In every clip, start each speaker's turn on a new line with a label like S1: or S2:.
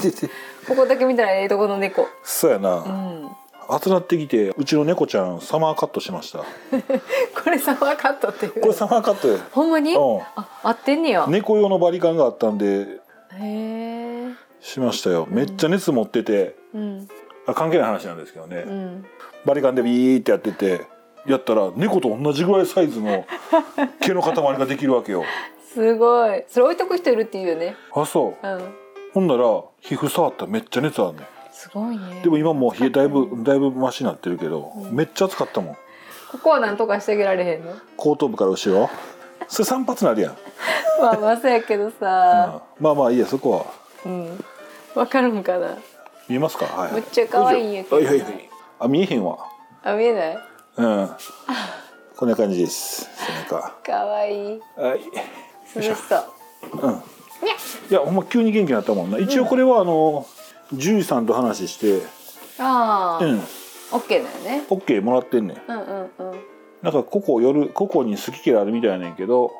S1: てて
S2: ここだけ見たらええとこの猫
S1: そうやな、
S2: うん
S1: 暑なってきてうちの猫ちゃんサマーカットしましたこ
S2: これサマーカットっていう
S1: れサマーカットや
S2: ほんまに、
S1: うん
S2: あ合ってんねや、
S1: 猫用のバリカンがあったんで
S2: へえ
S1: しましたよめっちゃ熱持ってて、
S2: うん
S1: あ関係ない話なんですけどね、
S2: うん
S1: バリカンでビーってやっててやったら猫と同じぐらいサイズの毛の塊ができるわけよ
S2: すごいそれ置いとく人いるっていうよね
S1: あそう
S2: うん
S1: ほんなら皮膚触ったらめっちゃ熱あんねん
S2: すごいね
S1: でも今もう冷えだいぶだいぶマシになってるけど、めっちゃ暑かったもん
S2: ここはなんとかしてあげられへ んの
S1: 後頭部から後ろそれ散髪なるやん、うん
S2: まあまあそうやけどさ
S1: まあまあいいやそこは
S2: うんわかるんかな
S1: 見えますかはい
S2: むっちゃ可愛いんやけど
S1: あいやいやいやあ見えへんわ
S2: あ見えない
S1: うんこんな感じです背中
S2: 可愛い
S1: はい
S2: 涼しそう
S1: うんいやほんま急に元気になったもんな一応これはあの獣医さんと話して
S2: ああ、
S1: うん
S2: オッケーだよね
S1: OK もらってんねん
S2: うんうんうんうん
S1: なんか個々夜個々に好き嫌いあるみたいやねんけど、
S2: うん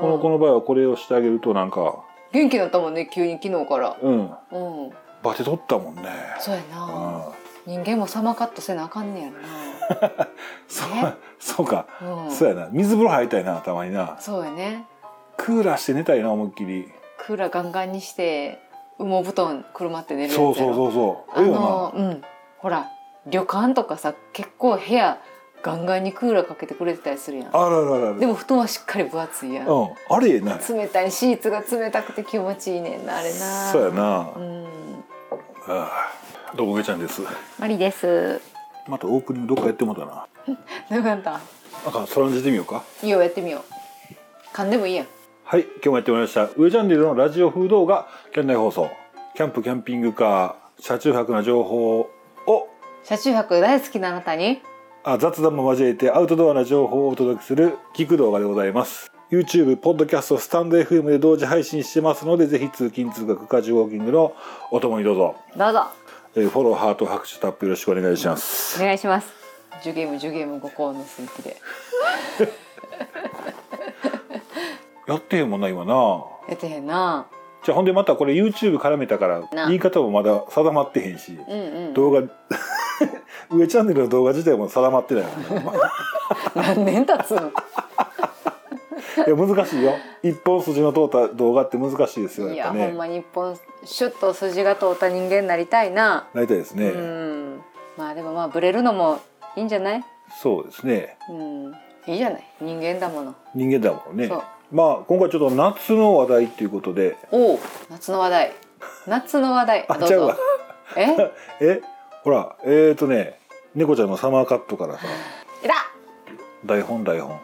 S1: この子の場合はこれをしてあげるとなんか
S2: 元気になったもんね急に昨日から
S1: うん
S2: うん
S1: バテ取ったもんね
S2: そうや
S1: う
S2: なん人間もサマーカットせなあかんねやろ
S1: そう
S2: ね
S1: そうか、
S2: な、うん、
S1: そうやな水風呂入りたいなたまにな
S2: そうやね
S1: クーラーして寝たいな思いっきり
S2: クーラーガンガンにして羽毛布団くるまって寝るやつや
S1: そ
S2: ろ
S1: うそうそうそう
S2: あ
S1: ええよ
S2: のうんほら旅館とかさ結構部屋ガンガンにクーラーかけてくれてたりするやん
S1: なあらららら
S2: でも布団はしっかり分厚いやん
S1: うんあれええな
S2: 冷たいシーツが冷たくて気持ちいいねんなあれな
S1: そうやな、
S2: うん
S1: ああどうもげちゃんです
S2: マリです
S1: またオープニングどっかやってもうたな
S2: よかった
S1: なんかそらんじてみようか
S2: いいよやってみよう噛んでもいいやん
S1: はい今日もやってまいりました「上チャンネルのラジオ風動画県内放送」キャンプキャンピングカー車中泊な情報を
S2: 車中泊大好きなあなたに
S1: あ雑談も交えてアウトドアな情報をお届けする聞く動画でございます YouTube、ポッドキャスト、スタンド FM で同時配信してますので、ぜひ通勤通学、家事ウォーキングのお供にどうぞ、
S2: どうぞ
S1: えーフォロー、ハート、拍手タップよろしくお願いします。
S2: お願いしますジュゲームジュゲーム五行のスイッチで
S1: やってへんもんな、今な。
S2: やってへんな
S1: じゃあほんでまたこれ YouTube 絡めたから
S2: な
S1: 言い方もまだ定まってへんし、
S2: うんうん
S1: 動画 上チャンネルの動画自体も定まってないもんね
S2: 何年経つん
S1: いや難しいよ一本筋の通った動画って難しいですよ
S2: い
S1: やっぱ
S2: や、ほん
S1: ね
S2: ま日本シュッと筋が通った人間になりたいな、
S1: なりたいですね、
S2: うんまあでもまあブレるのもいいんじゃない
S1: そうですね
S2: うんいいじゃない人間だもの
S1: 人間だもんね
S2: そう
S1: まあ今回ちょっと夏の話題っていうことで
S2: おお夏の話題夏の話題
S1: あ
S2: どう
S1: ちゃうわ
S2: ぞ え
S1: えほらえー、とね猫ちゃんのサマーカットからさ
S2: いら
S1: 台本台本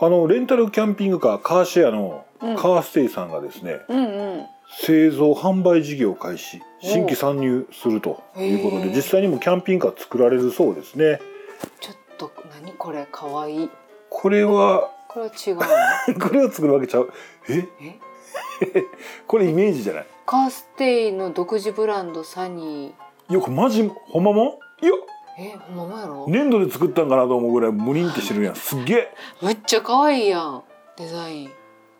S1: あのレンタルキャンピングカーカーシェアの
S2: うん
S1: カーステイさんがですね、
S2: うんうん
S1: 製造販売事業開始
S2: お
S1: 新規参入するということ
S2: へ
S1: で
S2: ー
S1: 実際にもキャンピングカー作られるそうですね
S2: ちょっと何これかわいい
S1: これは
S2: これは違うの
S1: これを作るわけちゃうえ
S2: え
S1: これイメージじゃない
S2: カーステイの独自ブランドサニ
S1: よくマジほんまもんいや
S2: ーえほんまもんやろ、
S1: 粘土で作ったんかなと思うぐらいムリンってしてるやんすっげえ
S2: めっちゃ可愛いやんデザイン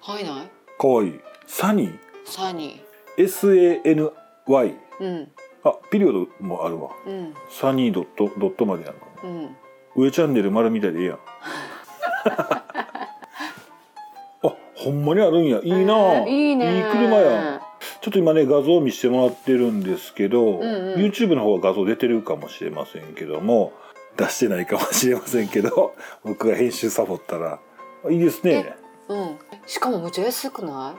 S2: 入らない
S1: かわいいサニー
S2: サニ
S1: SANY
S2: ーうん
S1: あピリオドもあるわ
S2: うん
S1: サニードットドットまでやるの
S2: うん
S1: 上チャンネル丸みたいでいいやん あほんまにあるんやいいなあ、
S2: えーいいね
S1: いい車やんちょっと今ね画像を見せてもらってるんですけど、
S2: んうん
S1: YouTube の方は画像出てるかもしれませんけども出してないかもしれませんけど 僕が編集サボったらいいですね
S2: うんしかもむっちゃ安くな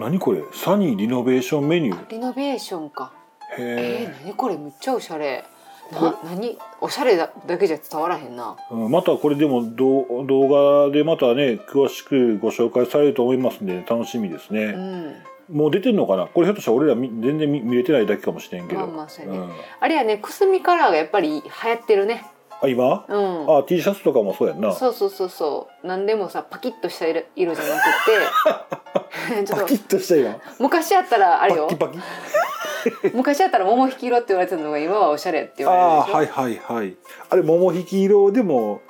S1: 何これサニーリノベーションメニュー
S2: いリノベーションかえ
S1: へ
S2: ー、何これむっちゃおしゃれ
S1: これ
S2: な何おしゃれだだけじゃ伝わらへんな
S1: え、うんまたこれでも動動画でまたね詳しくご紹介されると思いますんで、楽しみですね、
S2: うん
S1: もう出てんのかなこれひょっとしたら俺らみ全然見見れてないだけかもしれんけど、
S2: まあまあそうやね
S1: ん
S2: あれやねくすみカラーがやっぱり流行ってるね
S1: あ今
S2: うん
S1: あ T シャツとかもそうやんな
S2: そうそうそうそう何でもさパキッとした色色じゃなく て ちょ
S1: パ
S2: っ
S1: キ
S2: と
S1: ッとした今
S2: 昔やったらあ
S1: パ
S2: れよ
S1: キパキ
S2: 昔やったら桃引き色って言われてたのが今はおしゃれって言われる
S1: ああ
S2: でしょ
S1: はいはいはいあれ桃引き 色でも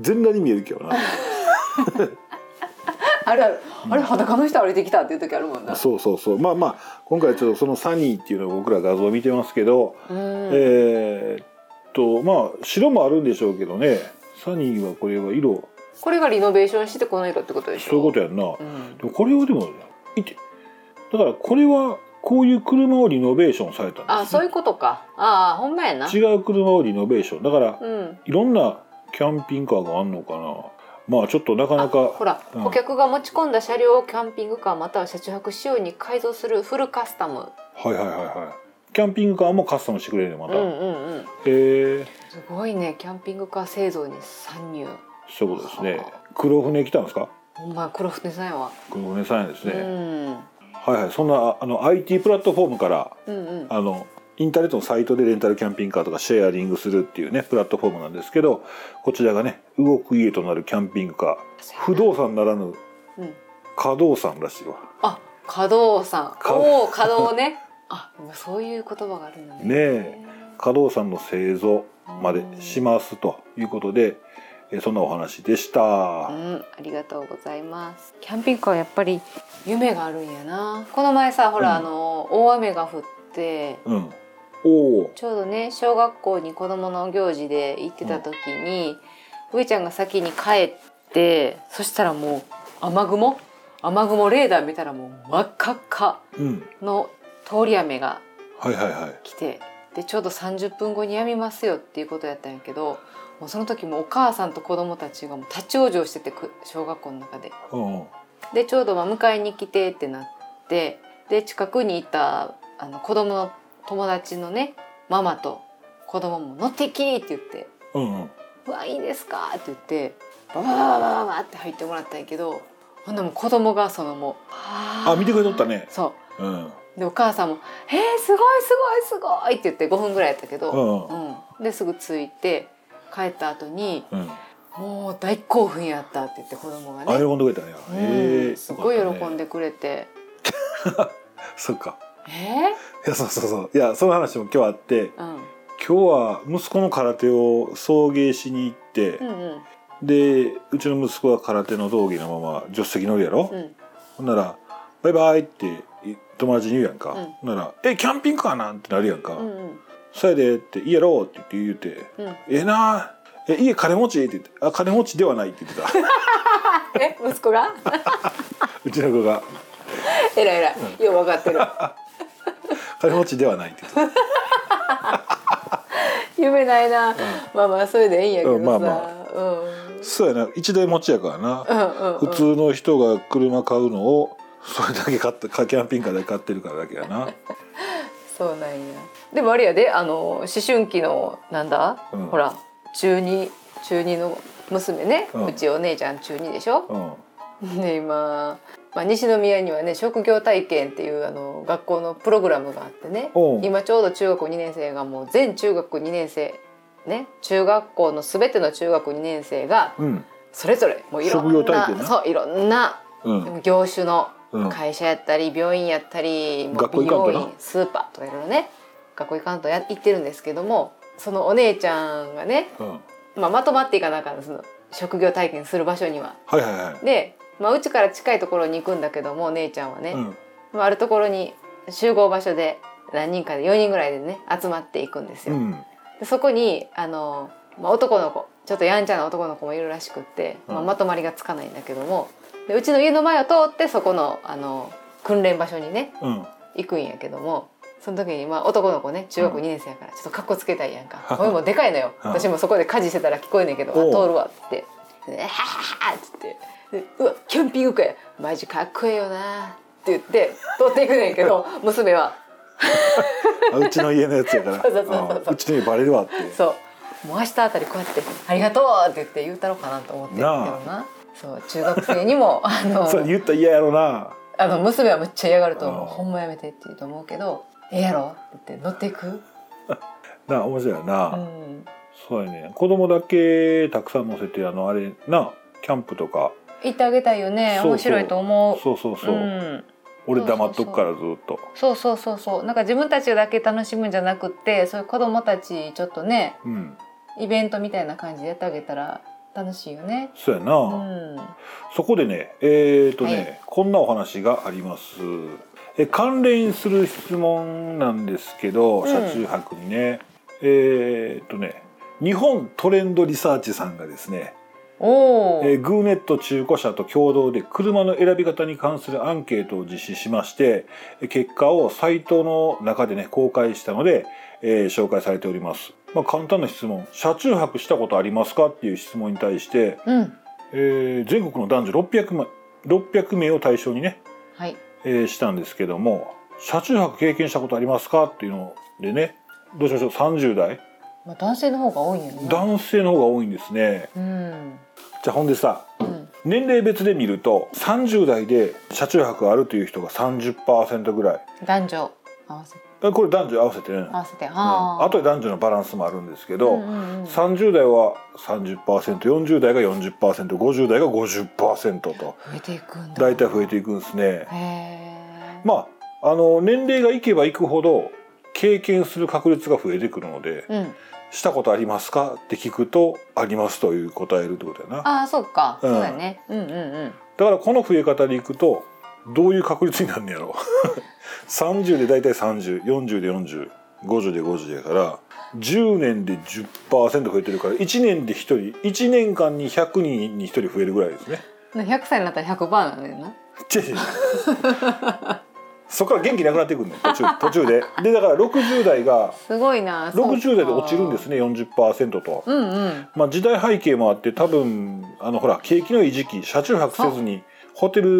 S1: 全裸に見えるけどな
S2: あるあるあれ裸の人歩いてきたっていう時あるもんな。
S1: そうそうそうまあまあ今回ちょっとそのサニーっていうのを僕ら画像見てますけど、
S2: うん
S1: えーっとまあ白もあるんでしょうけどねサニーはこれは色
S2: これがリノベーションしてこの色ってことでしょ。
S1: そういうことやんな、
S2: うん
S1: でもこれはでもいてだからこれはこういう車をリノベーションされたんです、ね、
S2: あ、そういうことか。ああ、ほんまやな。
S1: 違う車をリノベーションだから
S2: うん。
S1: いろんなキャンピングカーがあんのかなまあちょっとなかな
S2: ほ、
S1: からうん
S2: 顧客が持ち込んだ車両をキャンピングカーまたは車中泊仕様に改造するフルカスタム。
S1: はいはいはいはいキャンピングカーもカスタムしてくれるねま
S2: う
S1: た、
S2: んうんうん。
S1: へえ
S2: すごいね、キャンピングカー製造に参入。
S1: そういうことですね
S2: はあ
S1: 黒船来たんですか
S2: ほんま黒船さんやわ。
S1: 黒船さんやです
S2: う
S1: ね、
S2: ん。
S1: はいはいそんなあの IT プラットフォームから
S2: うんうん。
S1: あのインターネットのサイトでレンタルキャンピングカーとかシェアリングするっていうねプラットフォームなんですけどこちらがね動く家となるキャンピングカー不動産ならぬ
S2: うん。
S1: 稼働産らしいわ
S2: あ、稼働さん。
S1: 稼
S2: おお、稼働ね。あ、今そういう言葉があるんだね。
S1: ねえ稼働産の製造までしますということでえそんなお話でした
S2: う
S1: は
S2: ん、ありがとうございます。キャンピングカーはやっぱり夢があるんやな。この前さ、ほら、
S1: うん
S2: あの大雨が降って。
S1: うんおお
S2: ちょうどね小学校に子どもの行事で行ってた時に、ういちゃんが先に帰ってそしたらもう雨雲雨雲レーダー見たらもう真っ赤っか
S1: うん
S2: の通り雨が
S1: はいはいはい
S2: 来てでちょうど30分後にやみますよっていうことやったんやけどもうその時もうお母さんと子どもたちがもう立ち往生しててく小学校の中で。
S1: うん
S2: でちょうどまあ迎えに来てってなってで近くにいたあの子供の友達のねママと子供も「乗ってき!」って言って
S1: うんうん
S2: 「うわいいですか!」って言ってバババババババって入ってもらったんやけどほんならもう子供がそのもう「あ
S1: あ見てくれとったね
S2: そ
S1: うん
S2: うでお母さんも「えー、すごいすごいすごい!」って言って5分ぐらいやったけ
S1: う
S2: ど、
S1: ん
S2: うん、ですぐ着いて帰った後に
S1: うん
S2: 「もう大興奮やった」って言って子供が
S1: あ喜
S2: ね。
S1: んでくれたね
S2: うん
S1: へえ
S2: すごい
S1: よかった
S2: 喜
S1: ね
S2: んでくれて、
S1: そっか
S2: え
S1: いやそうそうそういやその話も今日あって
S2: ーうん、
S1: 今日は息子の空手を送迎しに行って
S2: う、んうん
S1: でうちの息子は空手の道着のまま助手席乗るやろ、
S2: うん
S1: ほんなら「バイバイ」って友達に言うやんか、
S2: うん
S1: ほんなら「えキャンピングカーなん?」ってなるやんか「
S2: うん
S1: そやで」って「いいやろ」って言って言うて
S2: うん
S1: 「ええなえ家金持ち?」って言って「あ金持ちではない」って言ってた
S2: え息子が
S1: うちの子が
S2: えらいえらいよう分かってる
S1: 「金持ちではない」って言ってた
S2: 夢ないな、まあまあそれでいいんやけどさ、
S1: うんまあま
S2: うん
S1: そうやな一台持ちやからな、
S2: うんうん
S1: 普通の人が車買うのをそれだけ買ったかキャンピングカーで買ってるからだけやな
S2: そうなんやでもあれやであの思春期のなんだ、
S1: うん
S2: ほら中二中二の娘ね、
S1: う
S2: うんちお姉ちゃん中二でしょ、
S1: うん
S2: で今、まあ、西宮にはね職業体験っていうあの学校のプログラムがあってね
S1: おう
S2: 今ちょうど中学2年生がもう全中学2年生ね中学校の全ての中学2年生が
S1: うん
S2: それぞれもういろんな
S1: 職業体験な
S2: そういろんな
S1: うん
S2: 業種の
S1: うん
S2: 会社やったり病院やったり、もう
S1: 学校行かんと
S2: 美
S1: な
S2: 容院スーパーとかいろいろね学校行かんとや行ってるんですけどもそのお姉ちゃんがね、
S1: うんは
S2: まあ、まとまっていかなあかんのその職業体験する場所には。
S1: いはいは
S2: で、まあ、うちから近いところに行くんだけどもお姉ちゃんはね、
S1: いうん
S2: まあ、あるところに集合場所で何人かで4人ぐらいでね集まっていくんです
S1: う
S2: よ。
S1: ん
S2: でそこにあの、まあ、男の子ちょっとやんちゃな男の子もいるらしくって、まあ
S1: うん
S2: まとまりがつかないんだけどもでうちの家の前を通ってそこのあの訓練場所にね
S1: うん
S2: 行くんやけどもその時に、まあ、男の子ね中学2年生やからちょっとかっこつけたいやんか声もでかいのよ
S1: うん
S2: 私もそこで家事してたら聞こえんねんけど「あ
S1: おう
S2: 通るわ」って「でははは」っつってで「うわキャンピングカーやマジかっこええよな」って言って通っていくねん けど娘は
S1: あうちの家のやつやから
S2: そうそうそうそう
S1: うんうちの家バレるわって
S2: そうもう明日あたりこうやって「ありがとう」って言って言うたろかなと思ってるけどなそう中学生に もあの
S1: それ言ったら嫌やろな
S2: あの娘はむっちゃ嫌がると思
S1: あ
S2: う
S1: ー
S2: ほんまやめてって言うと思うけど「ええやろ?」って言って乗っていく、
S1: な面白いよ
S2: う、
S1: なんそうやね子供だけたくさん乗せてあのあれなキャンプとか
S2: 言ってあげたいよね
S1: そうそう
S2: 面白いと思う
S1: そうそうそう
S2: うん
S1: 俺黙っとくからずっと
S2: そうそうそうそうなんか自分たちだけ楽しむんじゃなくってそういう子供たちちょっとね
S1: うん
S2: イベントみたいな感じでやってあげたら楽しいよね。
S1: そうやな、
S2: うん。
S1: そこでねえっ、とね、
S2: はい
S1: こんなお話がありますえ関連する質問なんですけど
S2: うん
S1: 車中泊にね、えっ、とね日本トレンドリサーチさんがですね、
S2: おお。
S1: えーグーネット中古車と共同で車の選び方に関するアンケートを実施しましてえー結果をサイトの中でね公開したので、えー紹介されております、まあ、簡単な質問「車中泊したことありますか?」っていう質問に対して、
S2: うん。
S1: えー全国の男女600名 ,600 名を対象にね、
S2: はい。
S1: えーしたんですけども「車中泊経験したことありますか?」っていうのでねどうしましょう30代
S2: まあ男性の方が多いんやろな。
S1: 男性の方が多いんですね
S2: うん。
S1: じゃあほんでさ
S2: うん。
S1: 年齢別で見ると30代で車中泊があるという人が30%ぐらい
S2: 男女合わせて
S1: えこれ男女合わせてね、うん
S2: 合わせて。ああ。
S1: あとで男女のバランスもあるんですけ
S2: う
S1: ど、
S2: んうんうん
S1: 30代は 30%40 代が 40%50 代が50%と
S2: 増えていくんだ。
S1: 大体増えていくんですね。
S2: へえ。
S1: まああの年齢がいけばいくほど経験する確率が増えてくるので
S2: うん。
S1: 「したことありますか?」って聞くと「あります」という答えるってことやな。
S2: ああ、そうか。
S1: うん
S2: そうだね。うんうんうん。
S1: だからこの増え方でいくとどういう確率になるんのやろ30で大体3040で4050で50やから10年で10%増えてるから1年で1人1年間に100人に1人増えるぐらいですね。
S2: 100歳になったら100%なんだよな。
S1: 違う違うそこから元気なくなってくるの途中途中で。でだから60代が
S2: すごいな。そうか
S1: 60代で落ちるんです。ね40%と。
S2: うんうん。
S1: まあ、時代背景もあって多分あのほら景気のいい時期車中泊せずにホテル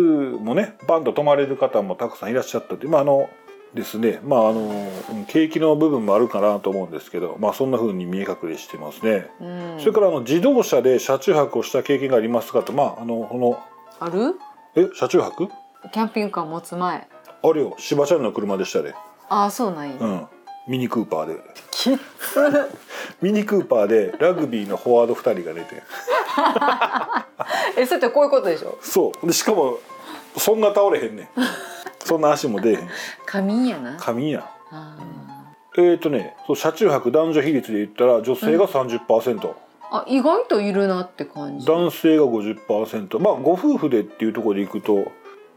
S1: もねバンと泊まれる方もたくさんいらっしゃったってまああのですねまああのうん景気の部分もあるかなと思うんですけど、まあ、そんな風に見え隠れしてますね。
S2: うん。
S1: それからあの自動車で車中泊をした経験がありますかとまああのこの
S2: ある？
S1: え車中泊
S2: キャンピングカー持つ前。
S1: あれよ柴ちゃんの車でしたで、
S2: ああ、そうなんや。
S1: うん、ミニクーパーで
S2: き っ
S1: ミニクーパーでラグビーのフォワード2人が出て。
S2: え、それってこういうことでしょ。
S1: そうでしかもそんな倒れへんねんそんな足も出えへん
S2: 仮眠やな。
S1: 髪やん
S2: あ
S1: えー、とねそう車中泊男女比率で言ったら女性が30%、
S2: ーあ、意外といるなって感じ。
S1: 男性が50%まあご夫婦でっていうところでいくと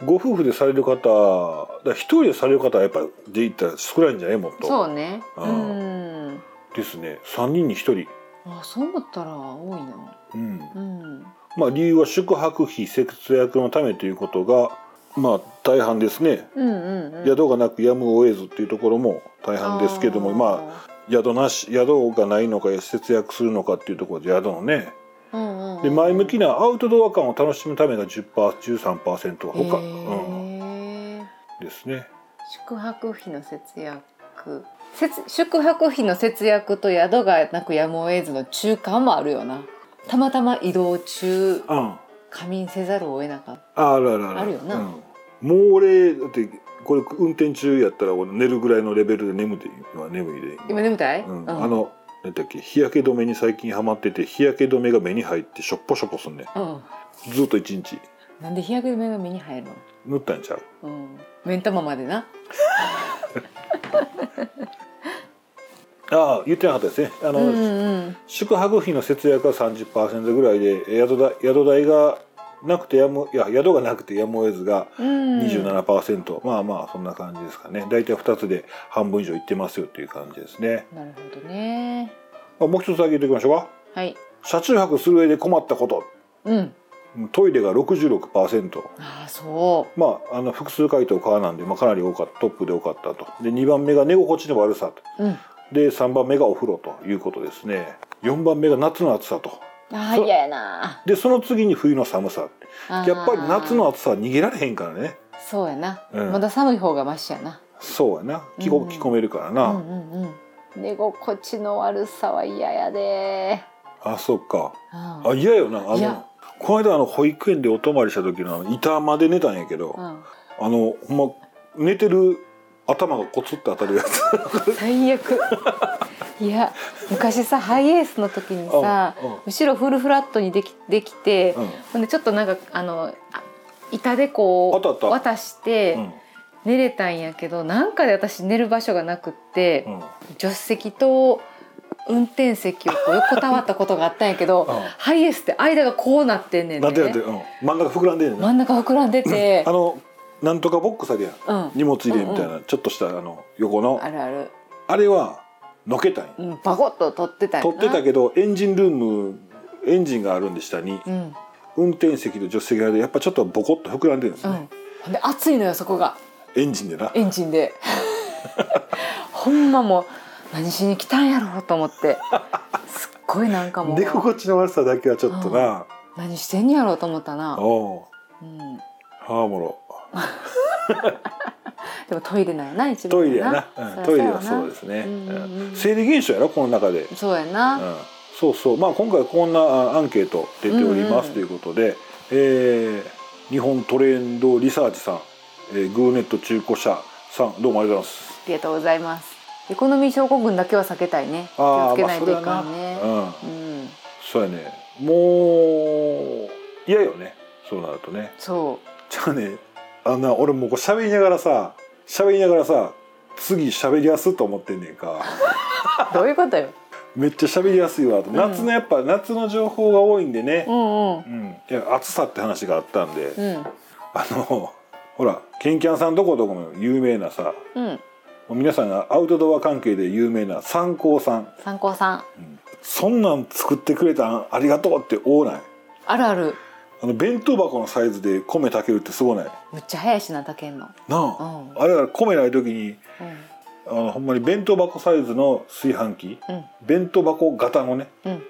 S1: ご夫婦でされる方だから一人でされる方はやっぱで言ったら少ないんじゃないもっと
S2: そうね。
S1: あー
S2: うん。
S1: ですね3人に1人
S2: あ、そう思ったら多いな。
S1: うん
S2: うん。
S1: まあ理由は宿泊費節約のためということがまあ大半ですね
S2: うんうんうん。
S1: 宿がなくやむを得ずっていうところも大半ですけどもまあ宿なし宿がないのか節約するのかっていうところで宿のね
S2: あー。うんうんうん
S1: で前向きなアウトドア感を楽しむためが 10%13% は
S2: へ
S1: 他、うん、
S2: ー
S1: ですね
S2: 宿泊費の節約節宿泊費の節約と宿がなくやむを得ずの中間もあるよなたまたま移動中
S1: あ
S2: 仮眠せざるを得なかっ
S1: ああるあるある
S2: あるよな
S1: うん、もう俺だってこれ運転中やったら俺寝るぐらいのレベルで眠って今眠いで
S2: た今眠たい、
S1: うん
S2: うん
S1: あの何だっけ日焼け止めに最近ハマってて日焼け止めが目に入ってしょっぽしょっぽすんね
S2: うん
S1: んずっと一日
S2: なんで日焼け止めが目に入るの
S1: 塗ったんちゃう
S2: うん目ん玉までな
S1: ああ言ってなかったですねあ
S2: う
S1: の、
S2: んうん
S1: 宿泊費の節約は30%ぐらいでえー宿代宿代がなくてやむいや宿がなくてやむを得ずが
S2: うん
S1: 27%、まあまあそんな感じですかね大体2つで半分以上いってますよっていう感じですね、
S2: なるほどね
S1: まあ、もう一つだけ言っておきましょうか
S2: はい
S1: 車中泊する上で困ったこと
S2: うん
S1: トイレが66%
S2: ああそ
S1: まああの複数回答可なんで、まあ、かなり多かったトップで多かったとで2番目が寝心地の悪さと
S2: ううん
S1: で3番目がお風呂ということですね4番目が夏の暑さと
S2: ああ嫌やな
S1: でその次に冬の寒さ
S2: あー
S1: やっぱり夏の暑さは逃げられへんからね
S2: そうやな、
S1: うん
S2: まだ寒い方がマシやな
S1: そうやな着こ
S2: うん
S1: 着込めるから
S2: う
S1: な、
S2: んうんうん、寝心地の悪さは嫌やで、
S1: あそっか
S2: うん
S1: あ嫌よなあの
S2: いや
S1: この間あの保育園でお泊まりした時のあの板まで寝たんやけど、
S2: う
S1: あのほんま寝てる頭がコツって当たる やつ
S2: ん、最悪 いや昔さハイエースの時にさ
S1: うんうん
S2: 後ろフルフラットにできできて、
S1: うん
S2: ほんでちょっとなんかあのあ板でこ
S1: あったあった
S2: う渡して
S1: うん
S2: 寝れたんやけど、なんかで私寝る場所がなくって、
S1: うん
S2: 助手席と運転席をこう横たわったことがあったんやけど、
S1: うん
S2: ハイエースって間がこうなってんねん
S1: な
S2: ね
S1: ってなって、うん、真ん中膨らんでんねんな
S2: 真ん中膨らんでて
S1: あ、のなんとかボックスあるやん
S2: うん、
S1: 荷物入れみたいな、ちょっとしたあの横の
S2: あるある、
S1: あれはのけたんや
S2: うん、バコッと取ってたんや
S1: 取
S2: な
S1: ってたけどエンジンルームエンジンがあるんで下に
S2: うん
S1: 運転席と助手席側でやっぱちょっとボコッと膨らんでるんです
S2: う
S1: ね、
S2: んほんで熱いのよそこが
S1: エンジンでな
S2: エンジンで ほんまもう何しに来たんやろうと思ってすっごいなんかも
S1: 出
S2: う
S1: 心地の悪さだけはちょっとな、
S2: 何してんやろうと思ったな、
S1: おお
S2: うん、
S1: うはあもろ
S2: でもトイレなんやな一番
S1: トイレやな、うんトイレはそうですすね、
S2: うんうんうん
S1: うん生理現象やろこの中で、
S2: そうや
S1: う
S2: な、
S1: ん、そうそうまあ今回こんなあアンケート出ております
S2: うんうん
S1: ということで、えー日本トレンドリサーチさん、えーグーネット中古車さんどうもありがとうございます
S2: ありがとうございますエコノミー症候群だけは避けたいね気
S1: あ
S2: を
S1: あ
S2: つけ
S1: ま
S2: な
S1: あ
S2: い
S1: それ
S2: とい
S1: は
S2: か
S1: な、
S2: んね、
S1: うん
S2: うん、
S1: そうやねもう嫌よねそうなるとね
S2: そ
S1: じゃあねあんな俺もうこう喋りながらさ喋りながらさ次喋りやすと思ってんねんか
S2: うどういうことよ
S1: めっちゃ喋りやすいわと、
S2: ん
S1: 夏のやっぱ夏の情報が多いんでね
S2: う、んうん
S1: うんいや暑さって話があったんで、
S2: うん
S1: あのほらケンキャンさんどこどこも有名なさ
S2: うん
S1: もう皆さんがアウトドア関係で有名な三幸さん
S2: 参考さん
S1: そんなん作ってくれたんありがとうって多ない
S2: あるある
S1: あの弁当箱のサイズで米炊けるってすごないな
S2: むっちゃ早いしな炊けんの、
S1: あ、あれは米ない時にあのほんまに弁当箱サイズの炊飯器
S2: うんうん
S1: 弁当箱型のね
S2: うん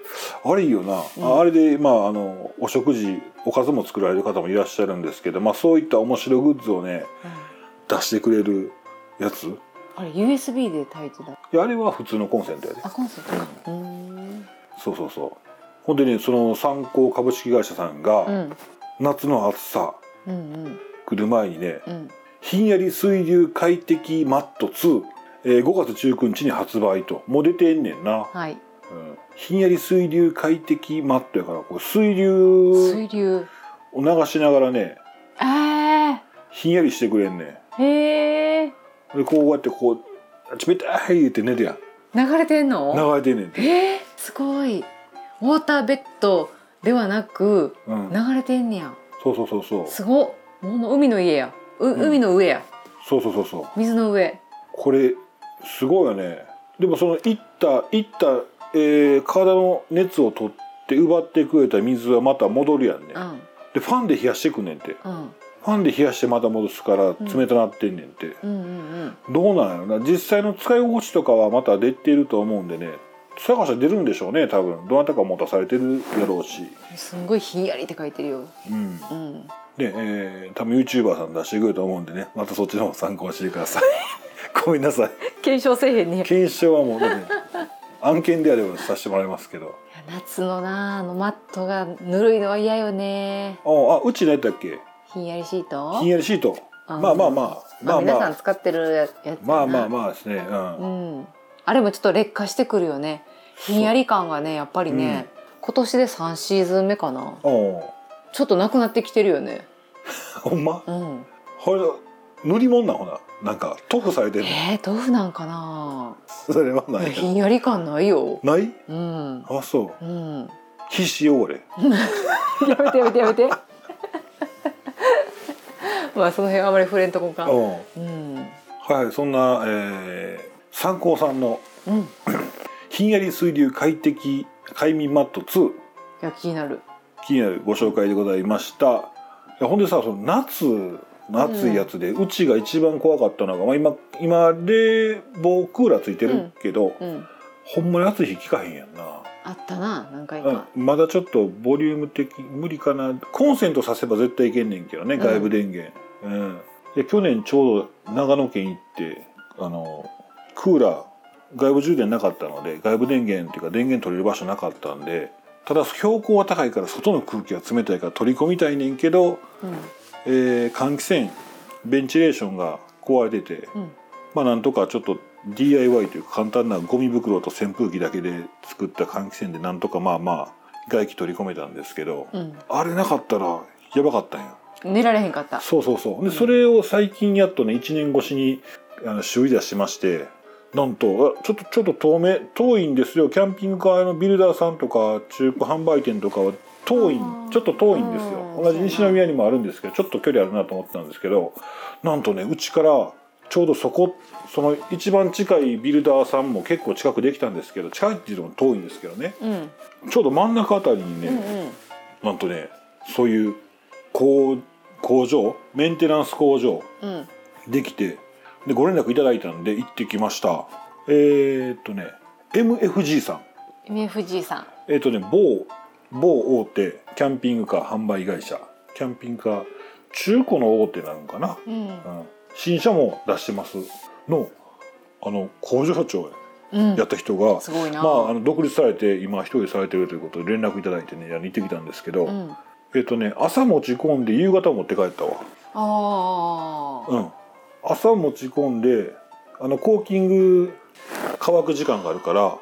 S1: あれいいよな、
S2: うん
S1: あれでまああのお食事おかずも作られる方もいらっしゃるんですけど、まあ、そういった面白グッズをね出してくれるやつい
S2: あれ USB で炊いてた
S1: やあれは普通のコンセントやで
S2: あコンセントかうーん
S1: そうそうそうほんでねその三幸株式会社さんが、
S2: うん
S1: 夏の暑さ
S2: うんうん
S1: 来る前にね
S2: うん
S1: ひんやり水流快適マット2、えー5月19日に発売ともう出てんねんな、
S2: はい
S1: うん、ひんやり水流快適マットやからこれ水流
S2: 水流
S1: を流しながらね
S2: あ
S1: ひんやりしてくれんね
S2: ーへえ
S1: んでこうやってこう冷たい言って寝るやん
S2: 流れてんの
S1: 流れてんねんて、
S2: えー、すごいウォーターベッドではなく
S1: うん、
S2: 流れてんねや
S1: そうそうそうそう
S2: すごっもうの海の家やう、
S1: ん
S2: 海の上や
S1: そうそうそうそう
S2: 水の上
S1: これすごいよねでもそのいったいった、えー体の熱を取って奪ってくれた水はまた戻るやんね
S2: うん
S1: でファンで冷やしてくんねんて
S2: うん
S1: ファンで冷やしてまた戻すから冷たなってんねんて、
S2: うんうん
S1: どうなんやろな実際の使い心地とかはまた出てると思うんでね探して出るんでしょうね多分どなたか持たされてるやろうし、
S2: うんすんごいひんやりって書いてるよ
S1: うん、で、
S2: うん
S1: えー多分 YouTuber さん出してくれると思うんでねまたそっちの方参考にしてください ごめんなさい
S2: 検証せえへんねや
S1: 検証はもう、ね、案件であればさせてもらいますけど
S2: いや夏のなあのマットがぬるいのは嫌よね
S1: ああうち何やったっけ
S2: ひんやりシート
S1: ひんやりシート
S2: あ
S1: まあまあまあ
S2: ま
S1: ま
S2: あ
S1: あま
S2: 皆さん
S1: あ
S2: 使ってるやつやな
S1: まあまあまあですねうん
S2: うんあれもちょっと劣化してくるよねひんやり感がねやっぱりね、今年で3シーズン目かな
S1: おう
S2: ちょっとなくなってきてるよね
S1: ほんま
S2: うん
S1: これ塗り物なんほななんか塗布されてるの
S2: えー、豆腐なんかな
S1: それはないい
S2: やひんやり感ないよ
S1: ない
S2: うん
S1: あそう
S2: うん
S1: 皮脂汚れ
S2: やめてやめてや めてまあその辺はあまり触れんとこか
S1: うん
S2: うん
S1: はいそんな、えー、三幸さんの
S2: うん
S1: ひんやり水流快適快眠マット2
S2: いや気になる
S1: 気になるご紹介でございましたいやほんでさその夏夏いやつで、うちが一番怖かったのが、まあ、今今冷房クーラーついてるけど、
S2: うん
S1: ほんまに暑い日効かへんやんな、
S2: あったな何回か
S1: うんまだちょっとボリューム的無理かなコンセントさせば絶対いけんねんけどね
S2: うん
S1: 外部電源、うんで去年ちょうど長野県行ってあのクーラー外部充電なかったので外部電源っていうか電源取れる場所なかったんでただ標高は高いから外の空気が冷たいから取り込みたいねんけど、
S2: うん
S1: えー換気扇ベンチレーションが壊れてて
S2: うん
S1: まあなんとかちょっと DIY というか簡単なゴミ袋と扇風機だけで作った換気扇でなんとかまあまあ外気取り込めたんですけど、
S2: うん
S1: あれなかったらやばかったんよ
S2: 寝られへんかった
S1: そうそうそうでそれを最近やっとね1年越しにあの修理出しましてなんとあちょっとちょっと遠め遠いんですよキャンピングカーのビルダーさんとか中古販売店とかは遠い
S2: あー
S1: ちょっと遠いんです
S2: う
S1: よ
S2: ん
S1: 同じ西宮にもあるんですけどちょっと距離あるなと思ってたんですけどなんとねうちからちょうどそこその一番近いビルダーさんも結構近くできたんですけど近いっていうのも遠いんですけどね
S2: うん
S1: ちょうど真ん中あたりにね、
S2: うんうん
S1: なんとねそういう工工場メンテナンス工場
S2: うん
S1: できてでご連絡いただいたんで行ってきましたえー、っとね MFG さん
S2: MFG さん
S1: えー、っとね某某大手キャンピングカー販売会社キャンピングカー中古の大手なのかな、
S2: うん
S1: うん、新車も出してますのあの工場長
S2: うん
S1: やった人が、
S2: すごいな
S1: まあ、あの独立されて今一人されてるということで連絡いただいてねいや行ってきたんですけど、
S2: うんあ
S1: えっとね朝持ち込んで夕方持って帰ったわ
S2: あー
S1: うん朝持ち込んであのコーキング乾く時間があるから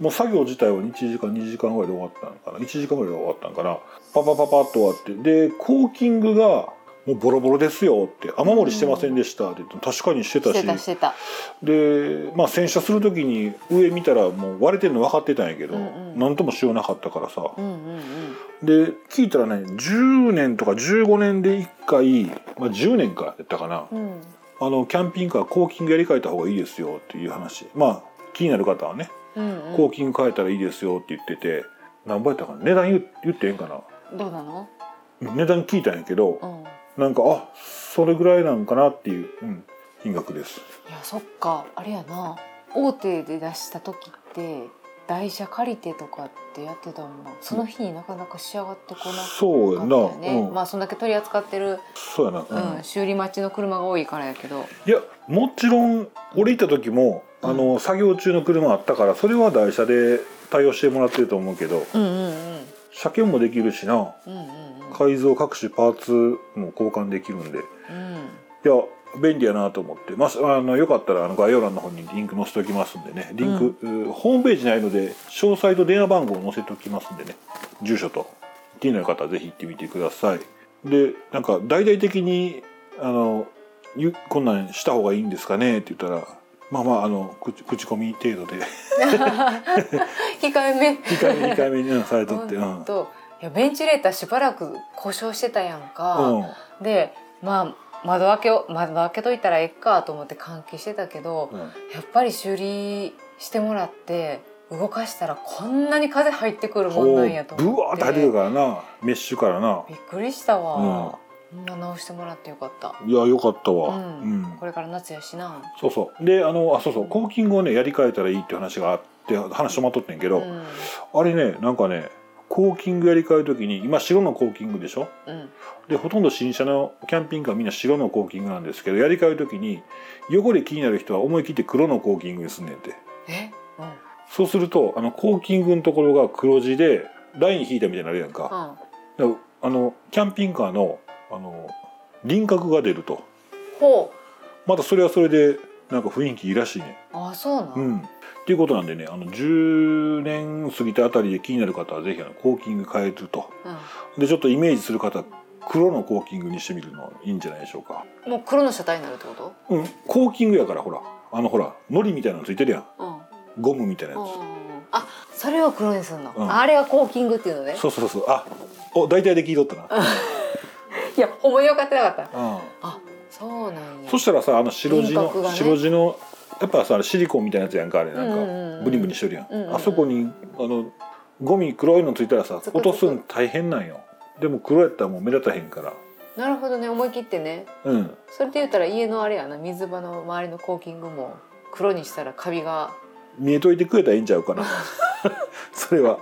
S1: もう作業自体は1時間2時間ぐらいで終わったのかな1時間ぐらいで終わったのかなパパパパッと終わってでコーキングが「もうボロボロですよ」って「雨漏りしてませんでした」って言って確かにしてた
S2: して
S1: した
S2: してた
S1: でまあ洗車する時に上見たらもう割れてるの分かってたんやけど
S2: うんうん
S1: 何ともしようなかったからさ、
S2: うんうんうん
S1: で聞いたらね10年とか15年で1回、まあ、10年かやったかな
S2: うん
S1: あのキャンピングカーコーキングやり替えた方がいいですよっていう話まあ気になる方はね
S2: うんうん
S1: コーキング変えたらいいですよって言ってて何倍やったかな値段言う言ってええんか
S2: どうなの
S1: なうん値段聞いたんやけど
S2: うん
S1: なんかあそれぐらいなんかなっていう、うん、金額です
S2: いやそっかあれやな大手で出した時って台車借りてとかってやってたもんなその日になかなか仕上がってこなか
S1: そうや
S2: っ
S1: な、
S2: たよね、
S1: うん
S2: まあそんだけ取り扱ってる、
S1: そうやな、
S2: う
S1: うん
S2: ん修理待ちの車が多いからやけど
S1: いやもちろん俺行った時も、あの作業中の車あったからそれは台車で対応してもらってると思うけど
S2: うんうんうん
S1: 車検もできるしな
S2: うんうん
S1: 改造各種パーツも交換できるんでい
S2: うん
S1: や便利やなと思って、まあ、あのよかったらあの概要欄の方にリンク載せておきますんでねリンク、うーホームページないので詳細と電話番号を載せておきますんでね住所と気になる方はぜひ行ってみてくださいでなんか大々的にあのゆこんなんした方がいいんですかねって言ったらまあまああの口口コミ程度で
S2: 控えめ
S1: 2回目2回目にうんされとってうん、う
S2: 本当いやベンチレーターしばらく故障してたやんか、
S1: ん
S2: でまあ窓開けを窓開けといたらええかと思って換気してたけど、
S1: うん、
S2: やっぱり修理してもらって動かしたらこんなに風入ってくるもん
S1: こ
S2: な
S1: うん
S2: やと
S1: ブ
S2: 思
S1: ワー
S2: っ
S1: ってて入ってくるからなメッシュからな
S2: びっくりしたわ、こんな直してもらってよかった、
S1: いやよかった
S2: う
S1: わ、
S2: ん
S1: うん
S2: これから夏やしな
S1: そうそうであのあそうそうコーキングをねやり替えたらいいって話があって話止まっとってんけ
S2: う
S1: ど、
S2: ん
S1: あれねなんかねコーキングやり替える時に今白のコーキングでしょ
S2: うん
S1: でほとんど新車のキャンピングカーみんな白のコーキングなんですけどやり替える時に汚れ気になる人は思い切って黒のコーキングにすんねんて
S2: えうん
S1: そうするとあのコーキングのところが黒字でライン引いたみたいになるやんか、
S2: うん
S1: だからあのキャンピングカーのあの輪郭が出ると
S2: ほう
S1: またそれはそれでなんか雰囲気いいらしいね
S2: あそうなん、
S1: うんっていうことなんでねあの10年過ぎたあたりで気になる方はぜひあのコーキング変えるとでちょっとイメージする方黒のコーキングにしてみるのいいんじゃないでしょうか
S2: うんもう黒の車体になるってこ
S1: うんコーキングやからほらあのほらのりみたいなのついてるやん
S2: とうん
S1: ゴムみたいな
S2: うん
S1: や
S2: うんうんあそれを黒にすんの、
S1: うん
S2: あれがコーキングっていうのね
S1: つそうそうそうあお大体で聞いとったな、
S2: いやほんまに分かってなかった
S1: うん、
S2: あそうなんや
S1: そしたらさあの白地
S2: 輪郭
S1: の、
S2: がね
S1: 白地のやっぱさシリコンみたいなやつやんかあれなんか、
S2: うんうんうん
S1: ブニブニしてるやん、
S2: うんうんうん
S1: あそこにあのゴミ黒いのついたらさ
S2: つくつく
S1: 落とすん大変なんよでも黒やったらもう目立たへんから
S2: なるほどね思い切ってね
S1: うん
S2: それで言ったら家のあれやな水場の周りのコーキングも黒にしたらカビが
S1: 見えといてくれたらいいんちゃうか なそれは、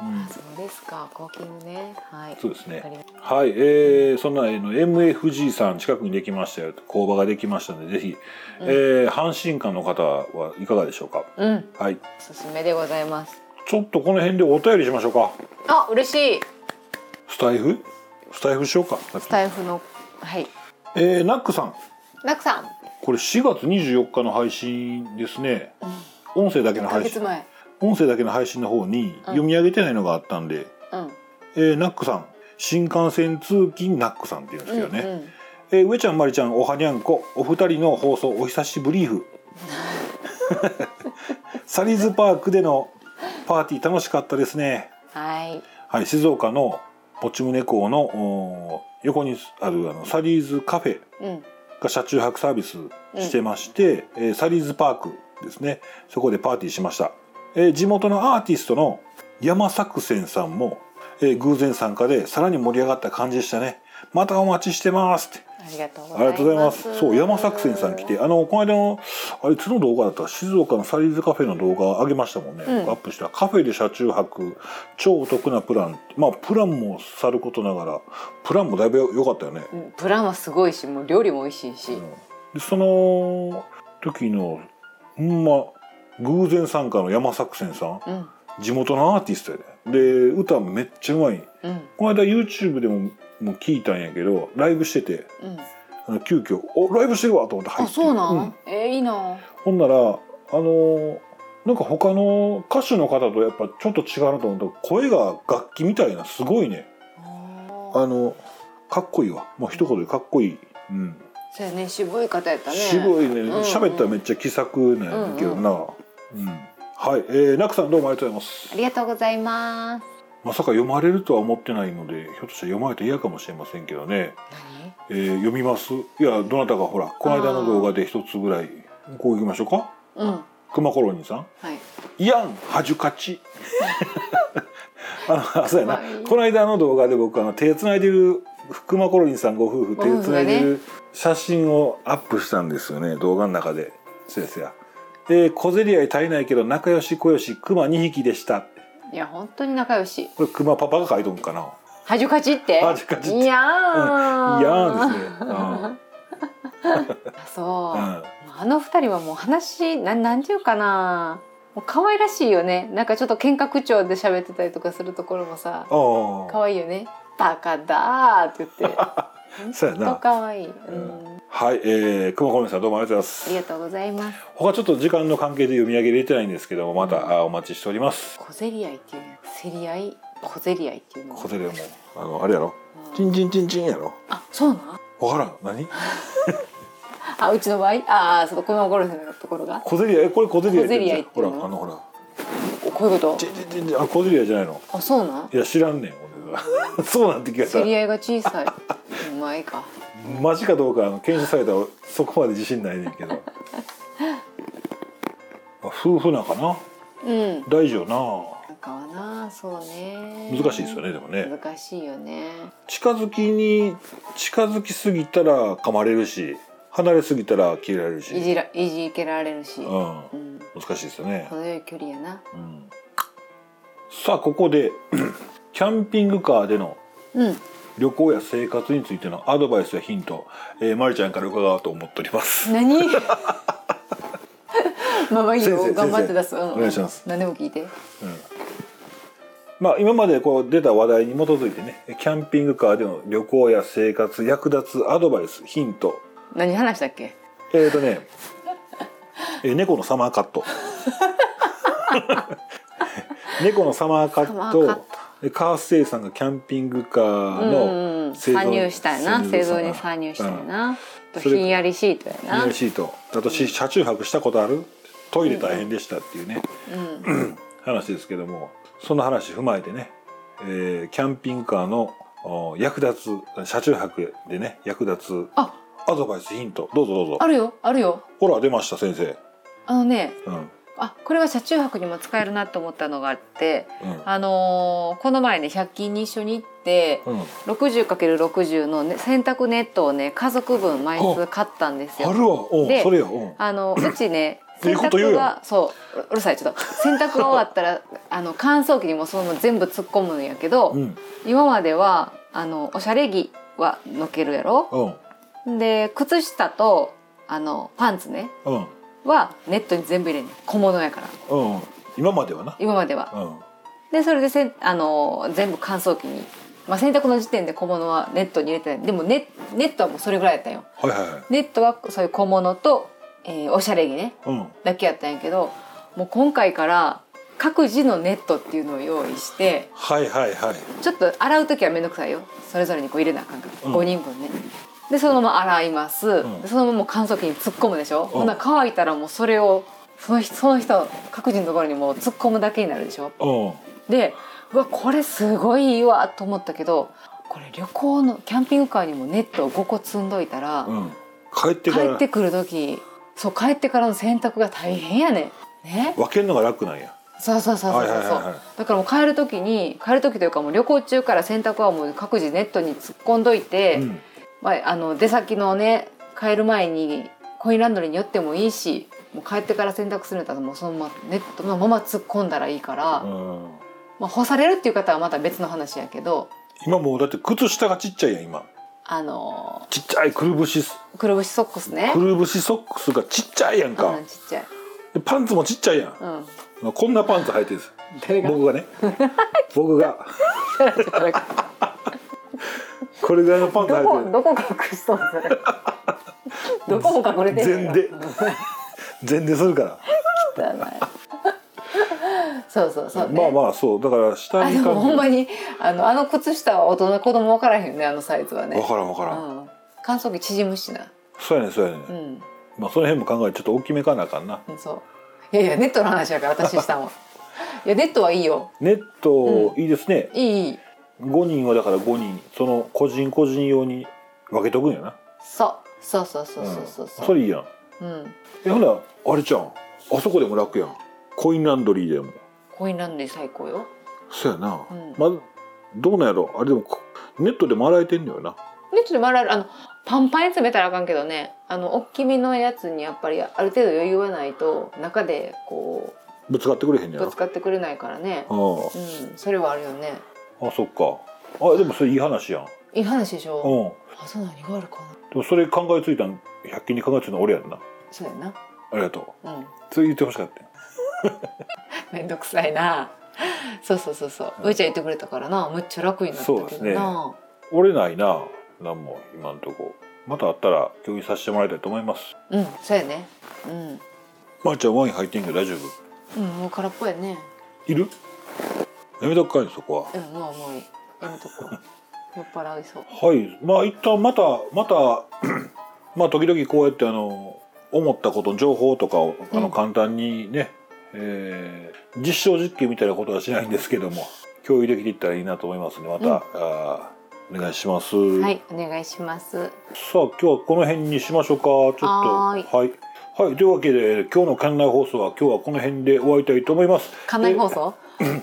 S1: うん、
S2: そうですかコーキングねはい
S1: そうです
S2: わか
S1: ね
S2: りまし
S1: はいえー、そんなあの MFG さん近くにできましたよ工場ができましたのでぜひ、
S2: う
S1: えー
S2: ん
S1: 阪神館の方はいかがでしょうか
S2: たうん
S1: はい
S2: おすすめでございます
S1: ちょっとこの辺でお便りしましょうか
S2: あ嬉しい
S1: スタイフスタイフしようか
S2: スタイフのはい
S1: えー、ナックさん
S2: ナクさん
S1: これ4月24日の配信ですね、音声だけの
S2: ヶ
S1: 配
S2: 月
S1: 信
S2: 前
S1: 音声だけの配信の方に読み上げてないのがあったんで、
S2: うん
S1: えーナックさん新幹線通勤ナックさんっていうんですけどね、
S2: うんうん
S1: えー上ちゃんまりちゃんおはにゃんこお二人の放送お久しぶりーふサリーズパークでのパーティー楽しかったですね。
S2: はい。
S1: はい、静岡のポチムネ港のおー横にあるあのサリーズカフェ
S2: うん。
S1: が車中泊サービスしてまして、えーサリーズパークですねそこでパーティーしました、えー地元のアーティストの山作戦さんも、えー偶然参加でさらに盛り上がった感じでしたねまたお待ちしてますって
S2: ありがとうご
S1: あ
S2: ざい
S1: り
S2: ます。
S1: がとうございますそう山作戦さん来て。あのこの間のあれいつの動画だったら静岡のサリーズカフェの動画上げましたもんね、
S2: うん
S1: アップしたカフェで車中泊超お得なプランまあプランもさることながらプランもだいぶ良かったよね、
S2: うんプランはすごいし、もう料理も美味しいし。
S1: でその時のほんま偶然参加の山作戦さん
S2: うん。
S1: 地元のアーティストやでで歌めっちゃうまい
S2: うん。
S1: この間 YouTube でももう聞いたんやけどライブしてて
S2: うん。
S1: あの急遽おライブしてるわと思って入
S2: あ、
S1: って
S2: そうなん。
S1: うん
S2: えーいいな。
S1: ほんならあのーなんか他の歌手の方とやっぱちょっと違うなと思った声が楽器みたいなすごいね
S2: あ
S1: あのかっこいいわもう一言でかっこいい、うん、
S2: そうやね、渋い方やったね。
S1: 渋いね
S2: うんうん
S1: 喋、ったらめっちゃ気さくなんやけどな、うんはい、えー、ナクさんどうもありがとうございます
S2: ありがとうございます。
S1: まさか読まれるとは思ってないのでひょっとしたら読まれて嫌かもしれませんけどね、
S2: 何？
S1: えー読みますいやどなたかほらこの間の動画で一つぐらいこういきましょうか
S2: うん。は
S1: 熊コロニーさん
S2: い。
S1: イアン・ハジュカチ。 あの、そうやな
S2: 怖い。
S1: この間の動画で僕、あの、手繋いでる、福間コロリンさんご夫婦、
S2: ご
S1: 手
S2: 夫婦
S1: 繋
S2: が
S1: いで
S2: ね
S1: る写真をアップしたんですよね、動画の中で。そうやそうや。えー、小競り合い足りないけど、仲良し小良し、熊2匹でした。
S2: いや本当に仲良し。
S1: これ、熊パパが書いとんかな。
S2: はじゅかちって。
S1: はじゅかちって
S2: いや
S1: い
S2: ー。
S1: やーですね。
S2: あそうう。
S1: ん。うん。
S2: あの二人はもう話なんなんていうかな。もう可愛らしいよね。なんかちょっと喧嘩口調で喋ってたりとかするところもさ、
S1: あ
S2: 可愛いよね。バカだーって言 って。
S1: あ。そうや
S2: と
S1: な。
S2: 可愛い。うん。
S1: はい、えー、熊コロリンさんどうもありがとうございます
S2: あ。りがとうございます。
S1: 他ちょっと時間の関係で読み上げれてないんですけどもまたあお待ちしております
S2: 小競り合いっていうの。競り合い。小競り合いっていうの。
S1: 小手でもあのあれやろ
S2: うん
S1: チンチンチンチンやろ
S2: あ、そうなん。
S1: わからん何
S2: あ、うちの場合、ああ、その駒ゴルフのところが。
S1: 小競り合いこれ小競り合いって言うんじゃん
S2: 小競
S1: ほら
S2: り合いっていうの
S1: あのほら
S2: おこういうこと
S1: チ。ンチンチンチンあ小競り合いじゃないの
S2: あ、そうなん
S1: い。や知らんねん俺は そうなんて気がした
S2: 競り合いが小さい。うまいか。
S1: マジかどうかあの検証されたらそこまで自信ないねんけ どあ夫婦仲な
S2: うん。
S1: 大事よな
S2: なんかはな、そうね。
S1: 難しいですよねでもね
S2: 難しいよね。
S1: 近づきに近づきすぎたら噛まれるし離れすぎたら切られるし
S2: いじら、いじけられるし。
S1: う
S2: うんん。
S1: 難しいですよね、
S2: 程よい距離やな。
S1: うんさあここで キャンピングカーでの
S2: うん。
S1: 旅行や生活についてのアドバイスやヒント、えー、まりちゃんから伺おうと思っております
S2: 何。まあまあいい
S1: 先
S2: よ。
S1: 生
S2: 頑張って出
S1: 先
S2: す。
S1: 生
S2: うん
S1: お願いします
S2: 何でも聞いて。
S1: まあ今までこう出た話題に基づいてねキャンピングカーでの旅行や生活役立つアドバイスヒント
S2: 何話したっけ。
S1: えー、とね、 えー猫のサマーカッ ト猫のサマーカ
S2: サマ
S1: ッ
S2: ーカッ
S1: トでカースセイさんがキャンピングカー
S2: うんうん。
S1: の
S2: 参入したいな。製造に参入したい
S1: うん
S2: な。と
S1: それ
S2: ひんやりシートや
S1: ミ
S2: な
S1: ニ。シート私車中泊したことあるトイレ大変でしたっていうね、
S2: うん。
S1: 話ですけどもその話踏まえてね、えーキャンピングカーのお役立つ車中泊でね役立つ
S2: あ、
S1: アドバイスヒントどうぞどうぞ
S2: あるよ。あるよ。
S1: ほら出ました先生
S2: あのね。
S1: うんうん
S2: あこれは車中泊にも使えるなと思ったのがあって、あのーこの前ね100均に一緒に行って
S1: うん
S2: 60×60 の、ね、洗濯ネットをね家族分毎
S1: お
S2: 数買ったんです
S1: あ
S2: よ。
S1: るわおう
S2: で
S1: それやおう
S2: あのうちね
S1: い
S2: 洗
S1: いこと言う
S2: 濯
S1: よ
S2: がそうううるさいちょっと洗濯が終わったらあの乾燥機にもそのまま全部突っ込むんやけど、
S1: うん
S2: 今まではあのおしゃれ着はのけるやろ
S1: うん
S2: で靴下とあのパンツね
S1: うん
S2: はネットに全部入れんねん小物やから
S1: うんうん今まではな
S2: 今までは。
S1: うん
S2: でそれでせんあの全部乾燥機に、まあ、洗濯の時点で小物はネットに入れてないでもネネットはもうそれぐらいやったんよ
S1: はいはいはい
S2: ネットはそういう小物と、えーおしゃれ着ね
S1: うん
S2: だけやったんやけどもう今回から各自のネットっていうのを用意して
S1: はいはいはい
S2: ちょっと洗う時は面倒くさいよそれぞれにこう入れなあかんから、
S1: うん
S2: 5人分ねでそのまま洗います、
S1: ん
S2: でそのままもう乾燥機に突っ込むでしょ、
S1: ん
S2: ほんなら乾いたらもうそれをその人その人各自のところにもう突っ込むだけになるでしょ
S1: うん
S2: でうわこれすごいいいわと思ったけどこれ旅行のキャンピングカーにもネットを5個積んどいたら、
S1: うん帰って
S2: 帰
S1: から
S2: ってくる時そう帰ってからの洗濯が大変やねんね
S1: 分けるのが楽なんや
S2: そうそうそうそうそう,、
S1: はいはいはいはい
S2: だからもう帰る時に帰る時というかもう旅行中から洗濯はもう各自ネットに突っ込んどいて、
S1: うん
S2: まあ、あの出先のね帰る前にコインランドリーに寄ってもいいしもう帰ってから洗濯するんだったらもうそのままネットのまま突っ込んだらいいから、
S1: うん
S2: まあ、干されるっていう方はまた別の話やけど
S1: 今もうだって靴下がちっちゃいやん今
S2: あの
S1: ちっちゃいくるぶし
S2: ーくるぶしソックスね
S1: く。るぶしソックスがちっちゃいやんか
S2: うん、ちっちゃい。
S1: でパンツもちっちゃいやん
S2: うん。
S1: こんなパンツ履いてるんです
S2: 誰が
S1: 僕が ね僕がこれぐらいの パンツ
S2: どこ
S1: 履い
S2: どこ隠しとんの それどこも隠
S1: て
S2: れて
S1: る全
S2: る
S1: で全でするから
S2: そうそうそう、ね、
S1: まあまあそうだから下
S2: あ
S1: に
S2: でもほんま
S1: に
S2: にあのあの靴下は大人子供分からへんよねあのサイズはね
S1: 分からん分からん、
S2: うん、乾燥機縮むしな
S1: そうやねそうやね、
S2: うん、
S1: まあその辺も考えてちょっと大きめかなあかんな
S2: うん、そういやいやネットの話やから私し たもんいやネットはいいよ
S1: ネット、
S2: う
S1: いいですね
S2: いいいい
S1: 5人はだから5人その個人個人用に分けとくんやな
S2: そうそうそうそう
S1: うん
S2: そうそう
S1: それいいやん
S2: うん、
S1: えほなあれじゃんあそこでも楽やんコインランドリーでも
S2: コインランドリー最高よ
S1: そうやな、
S2: うん
S1: まあどうなんやろあれでもこネットでも洗えてんのよな
S2: ネットでも洗えるあのパンパンに詰めたらあかんけどねあの大きめのやつにやっぱりある程度余裕はないと中でこ
S1: ぶつかってくれへん
S2: う
S1: ねや
S2: ぶ
S1: ろ
S2: つかってくれないからね
S1: ああ
S2: うんそれはあるよね
S1: あそっかあでもそれいい話やん
S2: いい話でし
S1: うん
S2: ょあそう何があるかな
S1: でもそれ考えついたん100均に考えついたの俺やんな
S2: そうやな
S1: ありがとう
S2: うん
S1: それ言ってほしかったよ
S2: めんどくさいなそうそうそうそう
S1: うん
S2: うーちゃん言ってくれたからなむっちゃ楽になったけ
S1: そうです
S2: ど
S1: ね
S2: な、
S1: 俺ないな何も今んとこまたあったら共有させてもらいたいと思います
S2: うんそうやねうん
S1: まー、ちゃんワイン入ってんけど大丈夫
S2: うんもう空っぽやね
S1: いるやめとくかいそこは
S2: うんもうもうやめとこう酔っ払いそう
S1: はいまあ一旦またまた まあ時々こうやってあの思ったこと情報とかをあ
S2: う
S1: の
S2: ん
S1: 簡単にね、えー実証実験みたいなことはしないんですけども共有できていったらいいなと思いますのでまた、
S2: うん
S1: あーお願いします、
S2: はいお願いします
S1: さあ今日はこの辺にしましょうかちょっと
S2: は
S1: は
S2: ーい
S1: い、はいというわけで今日の館内放送は今日はこの辺で終わりたいと思います
S2: 館内放送
S1: え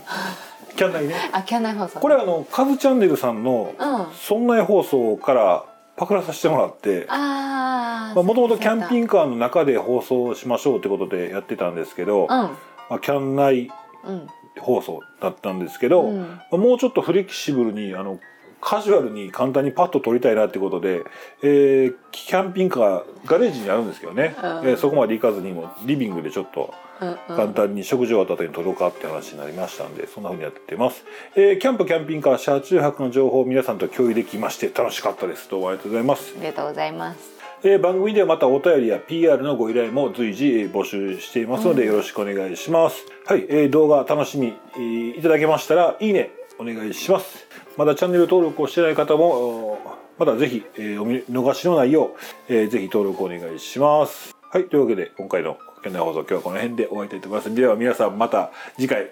S1: 館内ね
S2: あ館内放送
S1: これあのカズチャンネルさんの
S2: うんあ
S1: 「村内放送」からパクらさせてもらって
S2: あ
S1: もともとキャンピン
S2: グ
S1: グカーの中で放送しましょうってことでやってたんですけど、
S2: うん
S1: まあ、キャン内
S2: うん
S1: 放送だったんですけど、
S2: うん
S1: まあもうちょっとフレキシブルにあのカジュアルに簡単にパッと撮りたいなってことで、えーキャンピングカーガレージにあるんですけどね、
S2: うん
S1: えーそこまで行かずにもリビングでちょっと
S2: うんうん
S1: 簡単に食事を終わった後に届かって話になりましたんでそんな風にやってます、えーキャンプキャンピングカー車中泊の情報を皆さんと共有できまして楽しかったですどうもありがとうございます
S2: ありがとうございます
S1: えー番組ではまたお便りや PR のご依頼も随時えー募集していますのでよろしくお願いします。はい、えー動画楽しみ、えーいただけましたらいいねお願いします。まだチャンネル登録をしてない方もおーまだぜひ、えーお見逃しのないよう、えーぜひ登録お願いします。はい、というわけで今回の県内放送今日はこの辺で終わりたいと思います。では皆さんまた次回、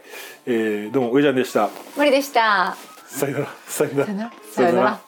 S1: えーどうも上ちゃんでした。
S2: 無理でした
S1: さよなら。さよな
S2: さよなら
S1: さよなら。